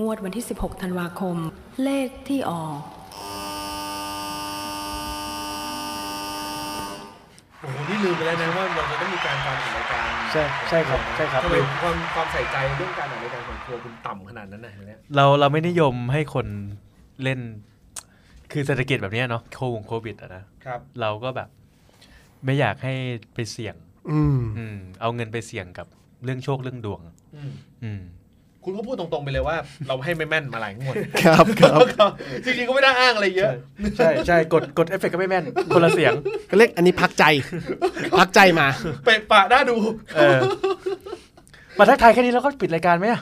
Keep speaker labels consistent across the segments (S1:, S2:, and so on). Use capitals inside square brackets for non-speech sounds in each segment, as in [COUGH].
S1: งวดวันที่ 16 ธันวาคม เลขที่ออก
S2: โอ้โหนี่ลืมไปแล้วนะว่าเราจะต้องมีการทำรายการ
S3: ใช่ใช่ครับใช่ครับ
S2: ทำไมความความใส่ใจเรื่องการออกรายการของครัวคุณต่ำขนาดนั้นนะเห็นไหม
S3: เราเราไม่นิยมให้คนเล่น คือเศรษฐกิจแบบเนี้ยเนาะโควงโควิดอะนะครับ เราก็แบบ ไม่อยากให้ไปเสี่ยง
S4: อืม
S3: อืม เอาเงินไปเสี่ยงกับเรื่องโชคเรื่องดวง
S2: อืม
S3: อืม
S2: คุณก็พูดตรงๆไปเลยว่า เราให้ไม่แม่นมาหลายงวด
S4: ครับครับ
S2: ครับจริงๆก็ไม่ได้อ้างอะไรเยอะ
S3: ใช่ใช่กดกดเอฟเฟกต์ก็ไม่แม่น คนละเสียง
S4: ก็เรียกอันนี้พักใจ พักใจมา
S2: เปะปะน่าดู
S3: เออ มาทักทายแค่นี้แล้วก็ปิดรายการไหมอะ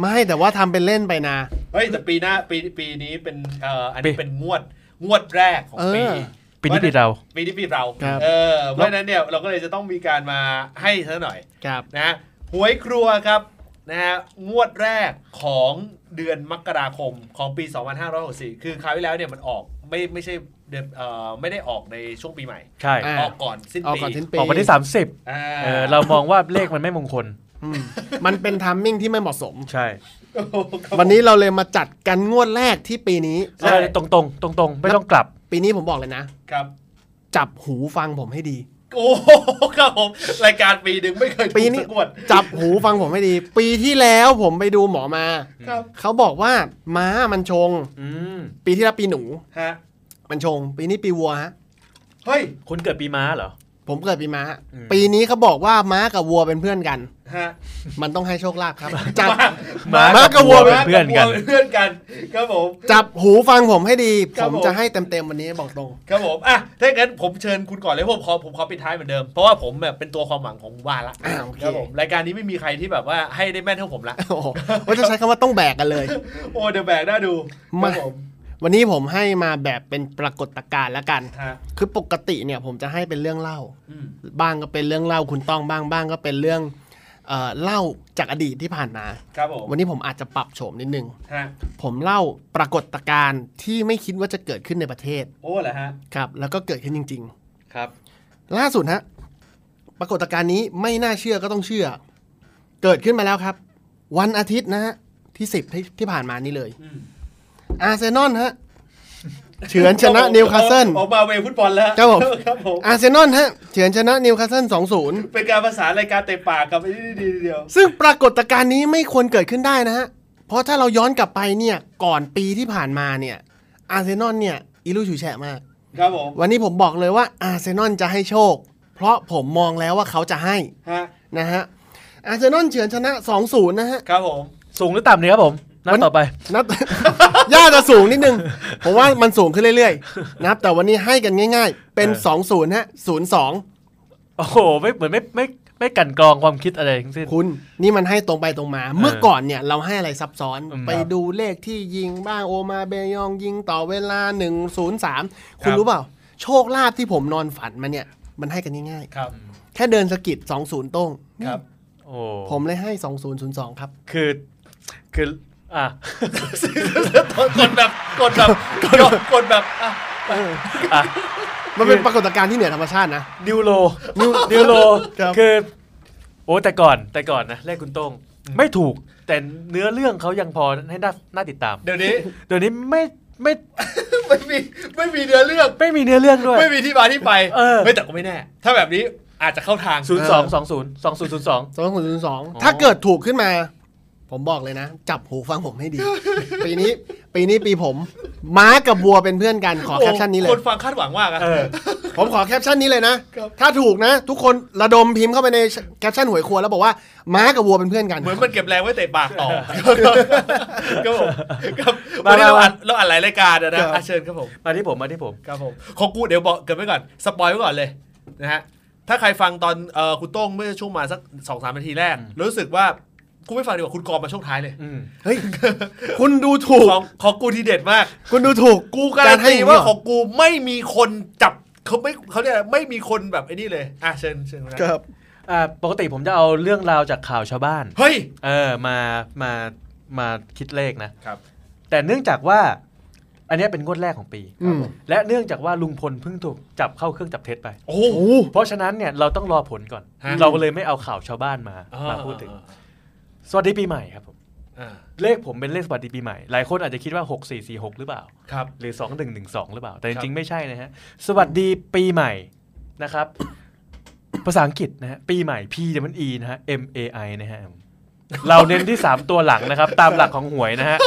S4: ไม่แต่ว่าทำเป็นเล่นไปนะ
S2: เฮ้ยแต่ปีหน้าปีปีนี้เป็นเอ่ออันนี้เป็นงวดงวดแรกของปี
S4: เออ
S3: ปิดที่ปิดเรา
S2: ปีนี้ปีเรา
S4: ครับ
S2: เออ เพราะฉะนั้นเนี่ยเราก็เลยจะต้องมีการมาให้ซะหน่อย
S4: ครับ
S2: นะหวยครัวครับนะฮะงวดแรกของเดือนมกราคมของปี 2564 คือคราวที่แล้วเนี่ยมันออกไม่ไม่ใช่เดือนเอ่อไม่ได้ออกในช่วงปีใหม่
S3: ใช่
S4: อ่า
S2: ออกก่อนสิ้น
S4: เอา
S2: ปี
S4: ก่อนสิ้นปี
S3: ออกวันที่ 30
S2: อ่า
S3: เออเรามองว่าเลขมันไม่มงคล
S4: อืมมันเป็นทัมมิ่งที่ไม่เหมาะสม
S3: ใช่
S2: โอ้โหครับ
S4: วันนี้เราเลยมาจัดกันงวดแรกที่ปีนี้
S2: ใช่
S3: ตรงตรงๆตรงตรงๆ ไม่ต้องกลับ
S4: ปีนี้ผมบอกเลยนะ
S2: ครับ
S4: จับหูฟังผมให้ดี
S2: โอ้โหครับผมรายการปีหนึ่งไม่เคยถูก
S4: ปีนี้
S2: สักงวด
S4: จับหูฟังผมให้ดี ปีที่แล้วผมไปดูหมอมา
S2: ครับ
S4: เขาบอกว่าม้ามันชง
S3: อืม
S4: ปีที่แล้วปีหนู
S2: ฮะ
S4: มันชง ปีนี้ปีวัวฮะ
S2: เฮ้ย
S3: คนเกิดปีม้าเหรอ
S4: ผมเกิดปีม้า
S3: อืม
S4: ปีนี้เขาบอกว่าม้ากับวัวเป็นเพื่อนกัน
S2: ฮะ
S4: มันต้องให้โชคลาภครับ จับ
S2: ม้า
S3: ม้า
S4: ม้ากับวัว
S3: เป็นเพื่อนกัน
S2: เป็เพื่อนกันครับผม
S4: จับหูฟังผมให้ดี
S2: ครับ
S4: ผม
S2: ผม
S4: จะให้เต็มๆวันนี้บอกตรง [LAUGHS]
S2: ครับผมอ่ะถ้าอย่างนั้นผมเชิญคุณก่อนเลยผมขอผมขอปิดท้ายเหมือนเดิม เพราะว่าผมแบบเป็นตัวความหวังของหมู่บ้านละ
S4: อ่าโอเค
S2: ครับผมรายการนี้ไม่มีใครที่แบบว่าให้ได้แม่นเท่าผม
S4: [LAUGHS]
S2: ละ
S4: โอ้โหว่าจะใช้คำว่าต้องแบกกันเลย
S2: โอ้เดอะแบกน่าดูค
S4: มา
S2: รับผม
S4: วันนี้ผมให้มาแบบเป็นปรากฏการณ์ละกัน
S2: ฮะ
S4: คือปกติเนี่ยผมจะให้เป็นเรื่องเล่า
S2: อืม
S4: บ้างก็เป็นเรื่องเล่าคุณต้องบ้างบ้างก็เป็นเรื่องเอ่อเล่าจากอดีตที่ผ่านมา
S2: ครับผม
S4: วันนี้ผมอาจจะปรับโฉมนิดนึง
S2: ฮะ
S4: ผมเล่าปรากฏการณ์ที่ไม่คิดว่าจะเกิดขึ้นในประเทศ
S2: โอ้เหรอฮะ
S4: ครับ แล้วก็เกิดขึ้นจริง
S3: ครับ
S4: ๆ ล่าสุดฮะปรากฏการณ์นี้ไม่น่าเชื่อก็ต้องเชื่อ เกิดขึ้นมาแล้วครับ วันอาทิตย์นะฮะที่สิบที่ที่ผ่านมานี้เลย
S2: อืม
S4: อาร์เซนอลฮะ เฉือนชนะนิวคาสเซิล
S2: ออกมาเวฟุตบอลแล้ว
S4: ครับผม
S2: ครับผม
S4: อาร์เซนอลฮะ เฉือนชนะนิวคาสเซิลสองศูนย์
S2: เป็นการประสานรายการเตะปากกับไอ้นี่ดีเดียว
S4: ซึ่งปรากฏการณ์นี้ไม่ควรเกิดขึ้นได้นะฮะ เพราะถ้าเราย้อนกลับไปเนี่ย ก่อนปีที่ผ่านมาเนี่ย อาร์เซนอลเนี่ยอีลูชูแฉะมาก
S2: ครับผม
S4: วันนี้ผมบอกเลยว่าอาร์เซนอลจะให้โชค เพราะผมมองแล้วว่าเขาจะให้
S2: ฮะ
S4: นะฮะ อาร์เซนอลเฉือนชนะ 2-0 นะฮะ
S2: ครับผม
S3: สูงหรือต่ำเนี่ยครับผมนัดต่อไป
S4: นับ [LAUGHS] ย่าจะสูงนิดนึง ผมว่ามันสูงขึ้นเรื่อยๆ นะครับ แต่วันนี้ให้กันง่าย ๆ เป็น
S3: เออ
S4: 20ฮะ02
S3: โอ้โห ไม่เหมือนไม่ไม่ไม่กลันกรองความคิดอะไรทั้งสิ้น
S4: คุณ นี่มันให้ตรงไปตรงมา เมื่อก่อนเนี่ยเราให้อะไรซับซ้อน
S3: อืม
S4: ไปดูเลขที่ยิงบ้างโอมาเบยองยิงต่อเวลา 103 คุณรู้เปล่า โชคลาภที่ผมนอนฝันมาเนี่ย มันให้กันง่าย
S2: ครับ
S4: ๆ แค่เดินสะกิด 20 โต้ง [LAUGHS]
S2: ครับ
S3: โอ้
S4: ผมเลยให้ 2002 ครับ
S3: คือ คือ อ่ะ
S2: กดแบบกดแบบกดแบบอ่ะ
S4: มันเป็นปรากฏการณ์ที่เหนือธรรมชาตินะ
S3: นิวโลนิวโล
S4: ครับ
S3: คือ โอ้แต่ก่อนแต่ก่อนนะเลขคุณโต้งไม่ถูก แต่เนื้อเรื่องเขายังพอให้น่าน่าติดตาม
S2: เดี๋ยวนี้ [LAUGHS]
S3: เดี๋ยวนี้ไม่ไม่
S2: ไม่มีไม่มีเนื้อเรื่อง
S3: ไม่มีเนื้อเรื่องด้วย
S2: ไม่มีที่มาที่ไป
S3: เออ
S2: ไม่แต่ก็ไม่แน่ ถ้าแบบนี้อาจจะเข้าทาง
S3: ศูนย์สองสองศูนย์สองศูนย์ศูนย์สอง
S4: สองศูนย์ศูนย์สองถ้าเกิดถูกขึ้นมา ผมบอกเลยนะ จับหูฟังผมให้ดี [LAUGHS] ปีนี้ ปีนี้ปีผม ม้ากับบัวเป็นเพื่อนกันขอแคปชั่นนี้เลย
S2: คนฟังคาดหวังมากอะ
S3: เออ
S4: ผมขอแคปชั่นนี้เลยนะ
S2: ครับ
S4: ถ้าถูกนะ ทุกคนระดมพิมพ์เข้าไปในแคปชั่นหวยครัวแล้วบอกว่าม้ากับวัวเป็นเพื่อนกัน
S2: เหมือนมันเก็บแรงไว้เตะปากต่อครับผมครับวันนี้
S3: มา
S2: เรา
S3: มา
S2: อัดเราอัดหลายรายการอะนะครับ อ่ะเชิญครับผม
S3: มาที่ผมมาที่ผม
S2: ครับผมของกูเดี๋ยวบอกเกิดไว้ก่อนสปอยไว้ก่อนเลยนะฮะถ้าใครฟังตอนเอ่อคุณโต้งเมื่อช่วงมาสักสองสามนาทีแรก
S3: อืม
S2: รู้สึกว่ากูไม่ฟังดีกว่าคุณกรมาช่วงท้ายเลย
S3: อืม
S4: เฮ้ย คุณดูถูก
S2: ของของกูทีเด็ดมาก
S4: [LAUGHS] คุณดูถูก
S2: กูการันตี
S4: อย่งนี้
S2: ว่า
S4: เหร
S2: ของกูไม่มีคนจับเขาไม่เขาเรียกอะไรไม่มีคนแบบไอ้นี่เลยอ่ะเชิญเชิญคุณนะครับ
S3: อ่าปกติผมจะเอาเรื่องราวจากข่าวชาวบ้าน
S2: เฮ้ย
S3: เออมามามาคิดเลขนะ
S2: ครับ
S3: แต่เนื่องจากว่า อันเนี้ยเป็นงวดแรกของปี
S4: อืม
S3: และเนื่องจากว่าลุงพลเพิ่งถูกจับเข้าเครื่องจับเท็จไป
S2: โอ้โห
S4: โอ้
S3: เพราะฉะนั้นเนี่ยเราต้องรอผลก่อน
S2: ฮะ
S3: เราเลยไม่เอาข่าวชาวบ้านมามาพูดถึง สวัสดีปีใหม่ครับผม
S2: อ อ่า
S3: เลขผมเป็นเลขสวัสดีปีใหม่ หลายคนอาจจะคิดว่า 6 4 4 6 หรือเปล่า
S2: ครับ
S3: หรือ 2 1 1 2 หรือเปล่า แต่จ
S2: ครั
S3: ริง
S2: บ
S3: ๆ ไม่ใช่นะฮะ สวัสดีปีใหม่นะครับ ภาษาอังกฤษนะฮะ ปีใหม่ P แต่มัน E นะฮะ M A I นะฮะ เราเน้นที่ 3 ตัวหลังนะครับ ตามหลักของหวยนะฮะ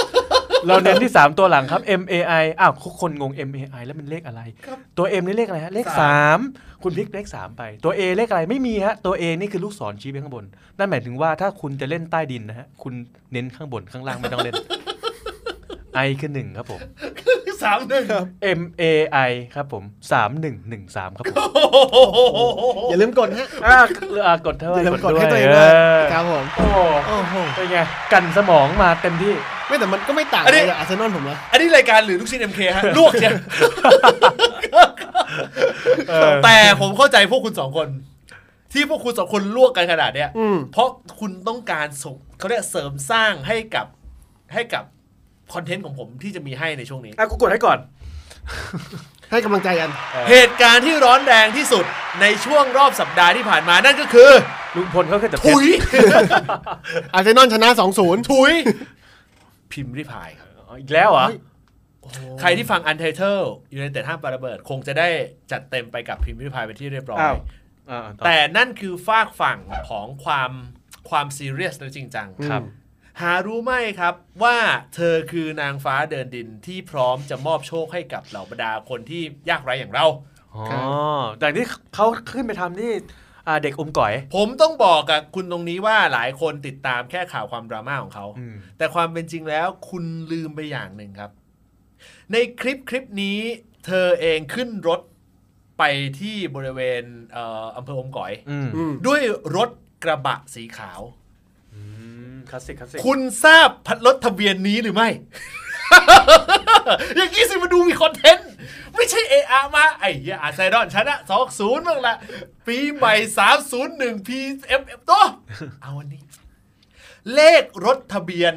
S3: เราเน้นที่ 3 ตัวหลังครับ M A I อ้าวคนงง M A I แล้วมันเลขอะไร ตัว M นี่เลขอะไรฮะ เลข
S2: สา
S3: 3 คุณพลิกเลข 3 ไป ตัว A เลขอะไรไม่มีฮะ ตัว A นี่คือลูกศรชี้ไปข้างบน นั่นหมายถึงว่าถ้าคุณจะเล่นใต้ดินนะฮะ คุณเน้นข้างบนข้างล่างไม่ต้องเล่น I คือหนึ่งครับผม
S2: สามหนึ่ง
S3: M A I ครับผม 3113 ครับผม
S4: อย่าลืมกดฮะ
S3: อ่ะเอ่อกดเท่าไห
S4: อ
S3: ร่
S4: ย่าลื
S3: ก
S4: มก
S3: ด
S4: ด
S3: ด้ว
S4: ให้
S3: ย
S4: ตัวเอง
S3: เอ
S4: ด้วย
S3: อ
S4: ครับผม
S3: โอ้โห
S4: โอ้โห
S3: เป็นไง กันสมองมาเต็มที่
S4: ไม่แต่มันก็ไม่ต่าง
S2: อันนี้
S4: เลยอาร์เซนอลผมนะ
S2: อันนี้รายการหรือลูกชิ้นเอ็มเคฮะลวกเนี่ยแต่ผมเข้าใจพวกคุณสองคน ที่พวกคุณสองคนลวกกันขนาดเนี้ย
S4: อืม
S2: เพราะคุณต้องการส่งเขาเรียกเสริมสร้างให้กับให้กับคอนเทนต์ของผมที่จะมีให้ในช่วงนี้
S3: อ่ะกูกดให้ก่อน
S4: ให้กำลังใจกัน
S2: เหตุการณ์ที่ร้อนแรงที่สุดในช่วงรอบสัปดาห์ที่ผ่านมานั่นก็คือ
S3: ลุงพลเขาเคยแต่เพช
S2: ถุ
S3: ร
S2: ย
S4: อาร์เซนอลชนะ 2-0ถุย
S2: พิมพ์ริพายครับ
S3: อ๋ออีกแล้วเหรอ
S4: เฮ้ย
S2: ใครที่ฟังอันเทเ e อร์อยู่ในแต่ห้ามปาระเบิด คงจะได้จัดเต็มไปกับพิมพ์ริพายเป็นที่เรียบร้อย
S3: อ้าว อ่าอ
S2: แต่นั่นคือฝากฝั่งของความความซีเรียสและจริงจัง
S3: ครับ
S2: หารู้ไหมครับว่าเธอคือนางฟ้าเดินดินที่พร้อมจะมอบโชคให้กับเหล่าบรรดาคนที่ยากไร้อย่างเรา
S3: อ๋อแต่ที่เขาขึ้นไปทำที่อ่าเด็กอมก๋อย
S2: ผมต้องบอกกับคุณตรงนี้ว่าหลายคนติดตามแค่ข่าวความดราม่าของเขา
S3: อืม
S2: แต่ความเป็นจริงแล้วคุณลืมไปอย่างหนึ่งครับ ในคลิปคลิปนี้เธอเองขึ้นรถไปที่บริเวณเอ่ออำเภออมก๋อย
S3: อืม
S4: อืม
S2: ด้วยรถกระบะสีขาว
S3: คลาสสิกคลาสสิก
S2: คุณทราบพัดรถทะเบียนนี้หรือไม่ [LAUGHS] อย่างนี้สิมาดูมีคอนเทนต์ ไม่ใช่เออามา ไอ้เหี้ยอาไซดอนชนะสองศูนย์บ้างละปีใหม่สามศูนย์หนึ่งพีเอฟเอฟตัวเอาวันนี้ เลขรถทะเบียน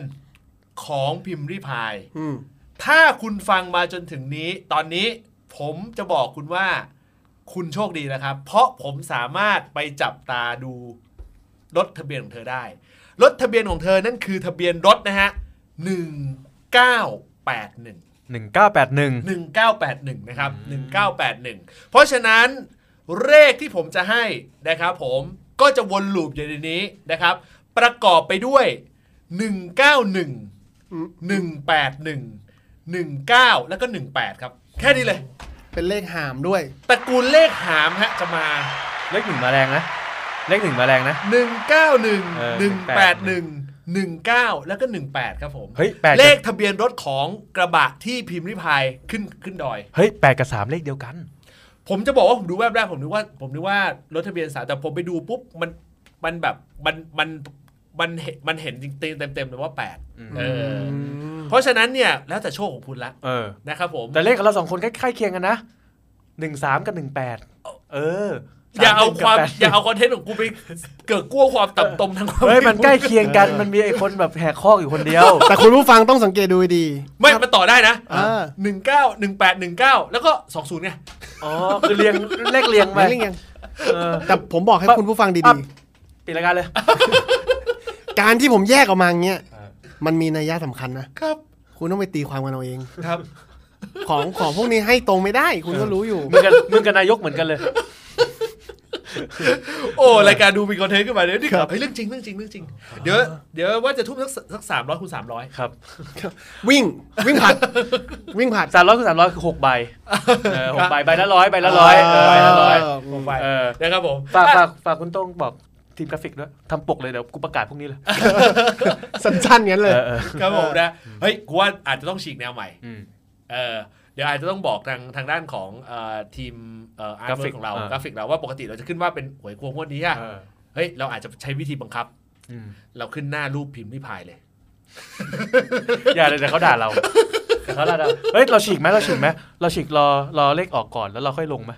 S2: ของพิมพ์ริพาย
S4: อืม
S2: ถ้าคุณฟังมาจนถึงนี้ ตอนนี้ผมจะบอกคุณว่า คุณโชคดีนะครับ เพราะผมสามารถไปจับตาดูรถทะเบียนของเธอได้ รถทะเบียนของเธอนั่นคือทะเบียนรถนะฮะ 1981 1981
S3: 1981
S2: นะครับ 1981 เพราะฉะนั้นเลขที่ผมจะให้นะครับผมก็จะวนลูปอยู่ในนี้นะครับ ประกอบไปด้วย 191 181 19 แล้วก็ 18 ครับ แค่นี้เลย
S4: เป็นเลขหามด้วย
S2: ตระกูลเลขหามฮะจะมา
S3: เลขหนึ่งมาแรงนะ เลขหนึ่งมาแรงนะ เออ
S2: 191 181 19 แล้วก็ 18 ครับผม
S3: เฮ้ยแปด
S2: เลขทะเบียนรถของกระบะที่พิมพ์ริพายขึ้นขึ้นดอย
S3: เฮ้ยแปดกับสามเลขเดียวกัน
S2: ผมจะบอกว่าผมดูแวบแรกผมนึกว่าผมนึกว่ารถทะเบียนสามแต่ผมไปดูปุ๊บมันมันแบบมันมันมันเห็นมันเห็นจริงๆเต็มๆเลยว่าแปดเอออเพราะฉะนั้นเนี่ยแล้วแต่โชคของคุณละ
S3: เออ
S2: นะครับผม
S3: แต่เลขของเราสองคนใกล้ๆเคียงกันนะหนึ่งสามกับหนึ่งแปดเออส
S2: อย่าเอา
S3: หนึ่ง
S2: ค
S3: กับ
S2: วาม
S3: แปด
S2: อย่าเอาคอนเทนต์ของกูไปเกิดกลัวความต่ำตมทางความ
S3: เฮ้ยมัน
S2: คิด
S3: ใกล้เคียงกันมันมีไอ้คนแบบแหกคอกอยู่คนเดียว
S4: แต่คุณผู้ฟังต้องสังเกตดูดี
S2: ไม่มันต่อได้นะ
S4: อ่า
S2: หนึ่งเก้าหนึ่งแปดหนึ่งเก้าแล้วก็สองศูนย์ไง
S3: อ๋อ คือเรียง [LAUGHS] เลขเรียงไป
S4: ไม่เล่นยัง
S3: เออ
S4: แต่ผมบอกให้
S3: ปั๊บ
S4: คุณผู้ฟัง
S3: ปั๊
S4: ดี
S3: บ ปิดรายการเลย
S4: ๆ การที่ผมแยกออกมาอย่างเงี้ย
S3: อ่า
S4: มันมีนัยยะสำคัญนะ
S2: ครับ
S4: คุณต้องไปตีความกันเอาเอง
S2: ครับ
S4: ของของพวกนี้ให้ตรงไม่ได้ คุณก็รู้อยู่
S3: มึงกันมึงกับนายกเหมือนกันเลย
S2: โอ้รายการดูมีคอนเทนต์ขึ้นมาเนี่ยนี่เฮ้ยเรื่องจริงเรื่องจริงเรื่องจริงเดี๋ยวเดี๋ยวว่าจะทุ่มสักสักสามร้อยคูณสามร้อย
S3: ครับ
S4: วิ่ง วิ่งผลัด วิ่งผลัด
S3: สามร้อยคือสามร้อยคือหกใบเออหกใบใบละร้อยใบละร้อยเออใบละร้อย
S4: เ
S2: ผมไป
S3: เออ
S2: นะครับผม
S3: ฝาก
S2: อ่ะ
S3: ฝากฝากคุณโต้งบอกทีมกราฟิกด้วยทำปกเลยเดี๋ยวกูประกาศพรุ่งนี้เลย
S4: สั้นๆงั้นเลย
S3: เออเออ
S2: ครับผมนะเฮ้ยกูว่าอาจจะต้องฉีกแนวใหม่
S3: อืม
S2: เออเดี๋ยวอาจจะต้องบอกทางทางด้านของเอ่อทีมเอ่ออาร์ต
S3: กราฟิก
S2: ของเรา
S3: อ่าก ก
S2: ราฟิกเราว่าปกติเราจะขึ้นว่าเป็นหวยควงงวดนี้อะ
S3: เออ
S2: เฮ้ยเราอาจจะใช้วิธีบังคับ
S3: อืม
S2: เราขึ้นหน้ารูปพิมพ์ริพายเลย
S3: อย่าเลยเดี๋ยวเขาด่าเราเดี๋ยวเขาด่าเราเฮ้ยเราฉีกไหมเราฉีกไหมเราฉีกรอรอเลขออกก่อนแล้วเราค่อยลงไหม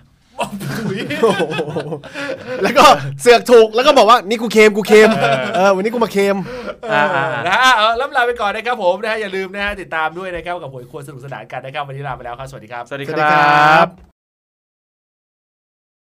S4: แล้วก็เสือกถูก แล้วก็บอกว่านี่กูเคมกูเคม เออ วันนี้กูมาเคม
S3: อ่า
S2: เอ
S3: อ่า
S2: อ
S3: อ่า
S2: นะฮะเอาล่ำลาไปก่อนนะครับผมนะฮะอย่าลืมนะฮะติดตามด้วยนะครับกับหวยครัวสนุกสนานกันนะครับวันนี้ลาไปแล้วครับ สวัสดีครับ
S3: สวัสดี
S4: สวั
S3: ค
S4: สดี
S3: ร
S4: ครั
S3: ั
S4: บ
S3: บ